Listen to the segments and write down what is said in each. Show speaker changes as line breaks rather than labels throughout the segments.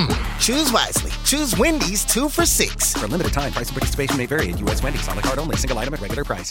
Choose wisely. Choose Wendy's two for six.
For a limited time, price and participation may vary at U.S. Wendy's on the card only, single item at regular price.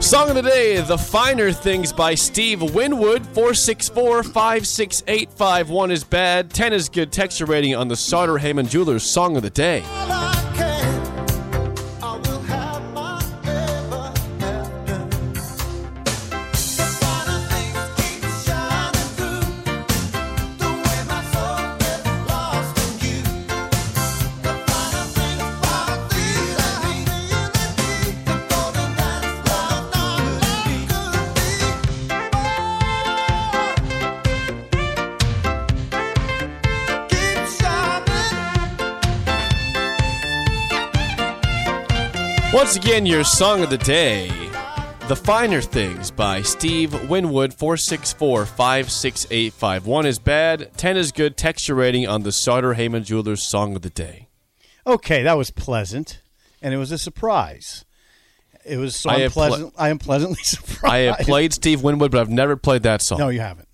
Song of the day, The Finer Things by Steve Winwood. 464 568 51 is bad. 10 is good. Texture rating on the Sauter Heyman Jewelers Song of the Day. Once again, your Song of the Day, The Finer Things by Steve Winwood. 464 568 51 is bad. 10 is good. Texture rating on the Sauter Heyman Jewelers Song of the Day.
Okay, that was pleasant, and it was a surprise. It was so
I
I am
have ple-
pleasant. I am pleasantly surprised.
I have played Steve Winwood, but I've never played that song.
No, you haven't.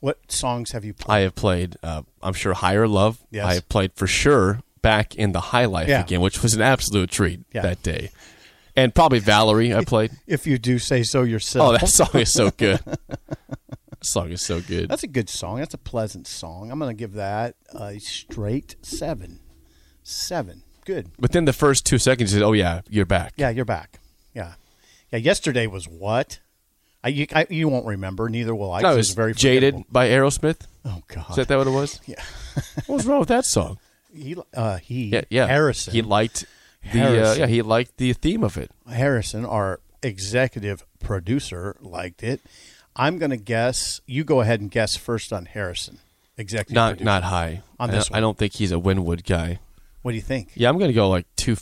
What songs have you played?
I have played, uh, I'm sure, Higher Love.
Yes.
I have played for sure back in the High Life
Yeah.
again, which was an absolute treat
Yeah.
that day. And probably Valerie, I played.
if you do say so yourself.
Oh, that song is so good. that song is so good.
That's a good song. That's a pleasant song. I'm going to give that a straight seven. Seven. Good.
Within the first two seconds, you said, oh, yeah, you're back.
Yeah, you're back. Yeah. Yeah, yesterday was what? I, you, I, you won't remember. Neither will I.
I
'cause
was
it's very
jaded
forgettable.
by Aerosmith.
Oh,
Is
God.
that, that what it was? Yeah. what was wrong with that song?
he, uh, he,
Yeah, yeah.
Harrison.
He liked the uh,
Harrison.
yeah he liked the theme of it.
Harrison, our executive producer, liked it. I'm going to guess. You go ahead and guess first on Harrison, executive.
Not
producer.
not high
On
I
this
don't-
one.
I don't think he's a Winwood guy.
What do you think?
Yeah, I'm gonna go like two,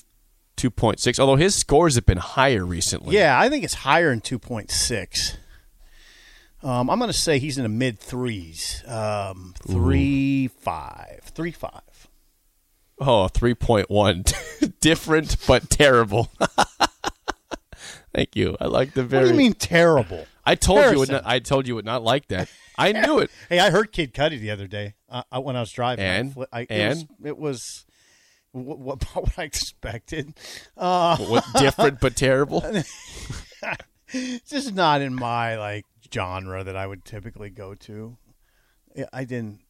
two point six. Although his scores have been higher recently.
Yeah, I think it's higher than 2.6. Um, I'm going to say he's in the mid threes. Um, three five, three five.
Oh, 3.1. Different but terrible. Thank you. I like the very.
What do you mean terrible?
I told you. Would
Harrison.
not, I told you would not like that. I knew it.
Hey, I heard Kid Cudi the other day uh, uh, when I was driving. I
And?
fli- I,
And?
it was, it was what, what, about what I expected. Uh,
What different but terrible?
it's just not in my like genre that I would typically go to. I- I didn't.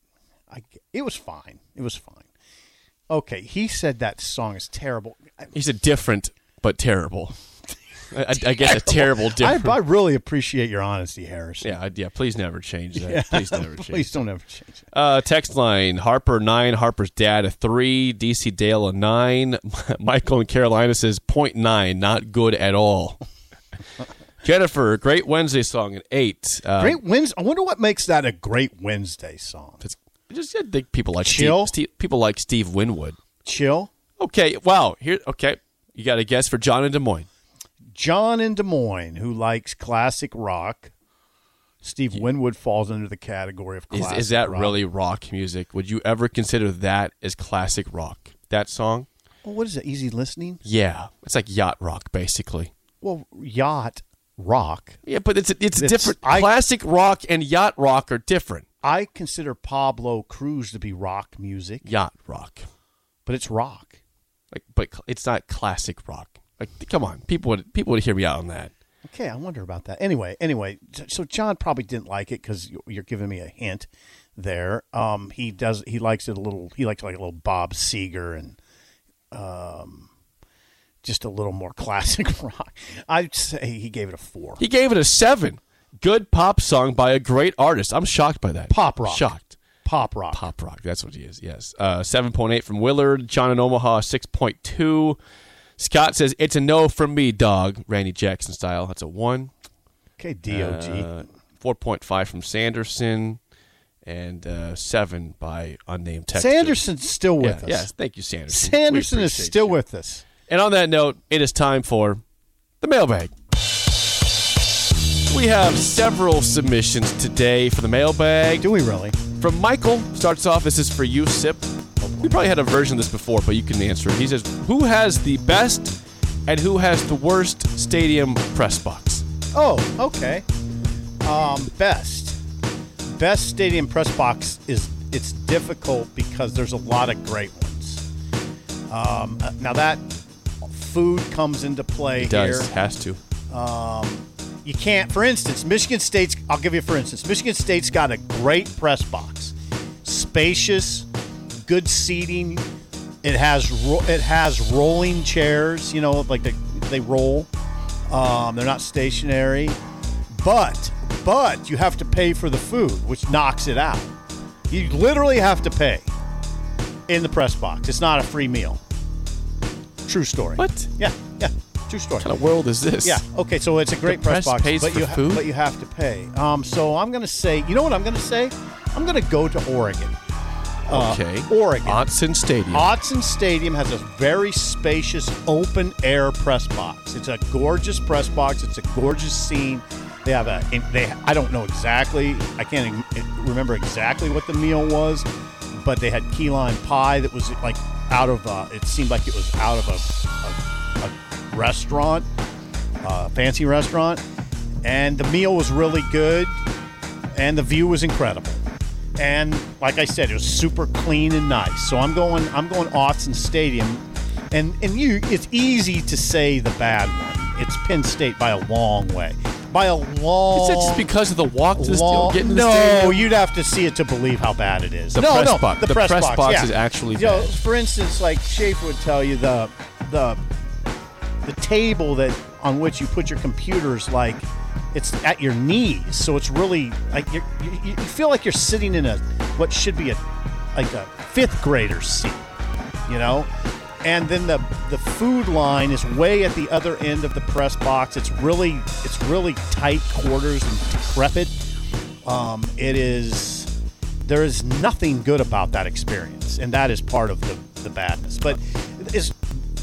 I it was fine. It was fine. Okay, he said that song is terrible. I,
He said different but terrible. I, I, I guess a terrible
I,
different.
I really appreciate your honesty, Harris.
yeah, I- yeah. Please never change that. Please never change.
Please don't ever change it.
Uh, text line Harper nine, Harper's dad a three, DC Dale a nine, Michael in Carolina says point nine, not good at all. Jennifer, great Wednesday song an eight. Uh,
Great Wednesday. I wonder what makes that a Great Wednesday song.
that's- I just I think people like
Chill?
Steve, Steve- people like Steve Winwood.
Chill.
Okay, wow. Here, okay, you got a guess for John and Des Moines.
John in Des Moines, who likes classic rock. Steve Winwood falls under the category of
Is,
classic.
is that
rock.
really rock music? Would you ever consider that as classic rock? That song?
Well, what is it? Easy listening.
Yeah, it's like yacht rock basically.
Well, yacht rock.
Yeah, but it's it's,
It's-
different.
I-
Classic rock and yacht rock are different.
I consider Pablo Cruz to be rock music,
Yacht rock,
but it's rock.
like, but cl- it's not classic rock. Like, come on, people would people would hear me out on that.
Okay, I wonder about that. Anyway, anyway, so- so John probably didn't like it because you're giving me a hint there. Um, he does. He likes it a little. He likes like a little Bob Seger and um, just a little more classic rock. I'd say he gave it a four.
He gave it a seven. Good pop song by a great artist. I'm shocked by that.
Pop rock.
Shocked.
Pop rock.
Pop rock. That's what he is. Yes. Uh, 7.8 from Willard. John in Omaha, 6.2. Scott says, It's a no from me, dog. Randy Jackson style. That's a one.
Okay, Dog.
Uh, 4.5 from Sanderson. And uh, seven by unnamed
Uh,
texter.
Sanderson's still
Yeah,
with us.
Yes. Thank you, Sanderson. We
Sanderson is
appreciate
still
you.
with us.
And on that note, it is time for the mailbag. We have several submissions today for the mailbag.
Do we really?
From Michael, starts off, this is for you, Sip. We probably had a version of this before, but you can answer it. He says, Who has the best and who has the worst stadium press box?
Oh, okay. Um, best, best stadium press box is it's difficult because there's a lot of great ones. Um, uh, now that food comes into play
He does,
here.
has to.
You can't, for instance, Michigan State's. I'll give you for instance, Michigan State's got a great press box, spacious, good seating. It has ro- it has rolling chairs. You know, like they they roll. Um, they're not stationary, but but you have to pay for the food, which knocks it out. You literally have to pay in the press box. It's not a free meal. True story.
What?
Yeah, yeah. True story.
What kind of world is this?
Yeah. Okay. So it's a great
The press
press, box,
pays
but
for
you
food?
but you have to pay. Um. So I'm gonna say, you know what I'm gonna say? I'm gonna go to Oregon.
Okay.
Oregon.
Otson Stadium.
Autzen Stadium has a very spacious open air press box. It's a gorgeous press box. It's a gorgeous scene. They have a they I don't know exactly. I can't em- remember exactly what the meal was, but they had key lime pie that was like out of uh, it seemed like it was out of a, a, a restaurant, a fancy restaurant, and the meal was really good and the view was incredible. And like I said, it was super clean and nice. So I'm going I'm going Austin Stadium, and and you it's easy to say the bad one. It's Penn State by a long way, by a long.
Is that just because of the walk to the stadium?
long-
Getting to the
no,
stadium?
you'd have to see it to believe how bad it is.
The
no,
press
no,
box-
the,
the
press,
press
box,
box
yeah.
is actually
You know,
bad.
for instance, like Schaefer would tell you, the the the table that on which you put your computers like it's at your knees so it's really like you're, you you feel like you're sitting in a what should be a like a fifth grader's seat you know and then the the food line is way at the other end of the press box it's really it's really tight quarters and decrepit um, it is there is nothing good about that experience and that is part of the, the badness but it's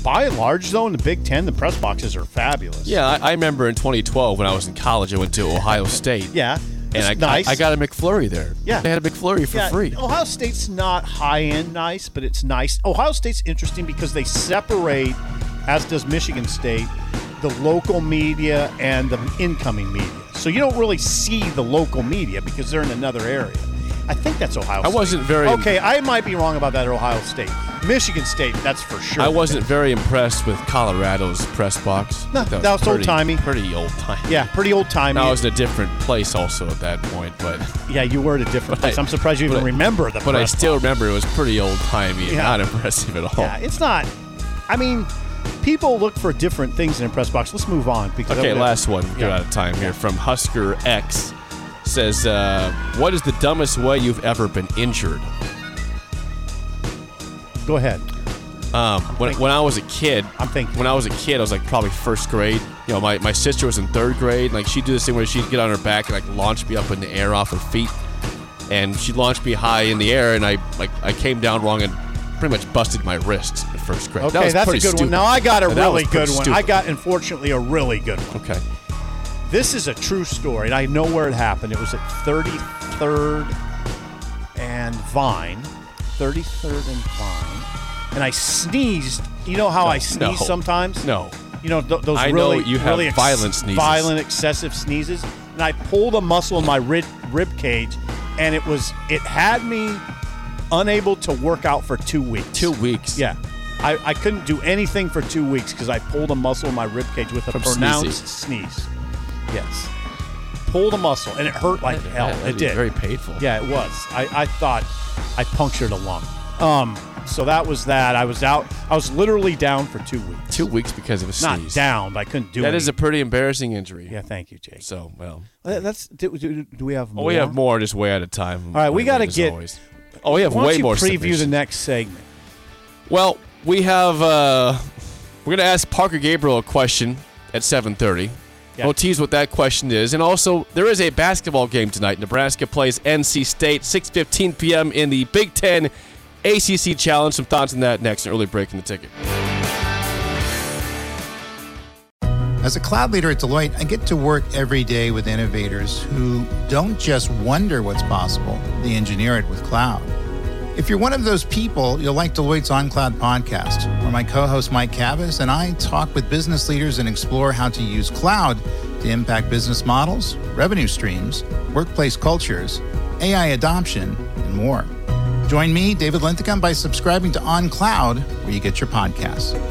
by and large though in the big ten the press boxes are fabulous
Yeah, I, I remember in 2012 when I was in college, I went to Ohio State.
yeah
And
it's
I,
nice
I, got a McFlurry there.
Yeah.
They had a McFlurry for
Yeah, Oh.
free.
Ohio State's not high end nice, but it's nice. Ohio State's interesting because they separate, as does Michigan State, the local media and the incoming media. So you don't really see the local media because they're in another area. I think that's Ohio State.
wasn't very-
Okay, I might be wrong about that at Ohio State. Michigan State, that's for sure.
I wasn't very impressed with Colorado's press box.
No, that was old-timey.
Pretty old timey.
Yeah, pretty old timey.
I was in a different place also at that point, but
yeah, you were at a different place.
I-
I'm surprised you even
but I-
remember the
but I
press
still remember it was pretty old timey and
Yeah.
not impressive at all.
Yeah, it's not. I mean, people look for different things in a press box. Let's move on because I
Okay,
would-
last one. We're
Yeah.
out of time here from Husker X. Says, uh, what is the dumbest way you've ever been injured?
Go ahead.
Um, when, when I was a kid,
I'm thinking.
When I was a kid, I was like probably first grade. You know, my, my sister was in third grade. Like she'd do this thing where she'd get on her back and like launch me up in the air off her feet, and she launched me high in the air, and I like I came down wrong and pretty much busted my wrist in first grade. that
Okay,
was
that's a
pretty
good
stupid.
one. Now I got a
That
really
was pretty
good one. I
stupid.
got, unfortunately, a really good one.
Okay.
This is a true story, and I know where it happened. It was at 33rd and Vine, 33rd and Vine, and I sneezed. You know how I sneeze
no,
sometimes?
No.
you know, th- those
I know
really,
you have
really ex-
violent sneezes.
violent, excessive sneezes. And I pulled a muscle in my rib, rib cage, and it was it had me unable to work out for two weeks.
Two weeks.
Yeah. I, I couldn't do anything for two weeks because I pulled a muscle in my rib cage with a
From
pronounced sneeze. Yes. Pulled a muscle and it hurt like hell.
that'd
it
be
did.
Very painful.
Yeah, it was. I, I thought I punctured a lung. Um, so that was that. I was out. I was literally down for two weeks.
Two weeks because of a
Not
sneeze.
down, but I couldn't do it.
That is a pretty embarrassing injury.
Yeah, thank you, Jake.
So well,
That- That's. Do, do, do we have more?
oh, we have more just way out of time.
All right, we gotta
as
get-
Always. Oh, we have
Why don't
way
you
more.
preview the
submissions.
next segment?
Well, we have. uh We're gonna ask Parker Gabriel a question at 7:30.
Yeah.
We'll tease what that question is, and also there is a basketball game tonight. Nebraska plays NC State 6:15 p.m. in the Big Ten ACC Challenge. Some thoughts on that next. An early break in the ticket.
As a cloud leader at Deloitte, I get to work every day with innovators who don't just wonder what's possible, they engineer it with cloud. If you're one of those people, you'll like Deloitte's On Cloud podcast, where my co host Mike Cavas and I talk with business leaders and explore how to use cloud to impact business models, revenue streams, workplace cultures, AI adoption, and more. Join me, David Linthicum, by subscribing to On Cloud, where you get your podcasts.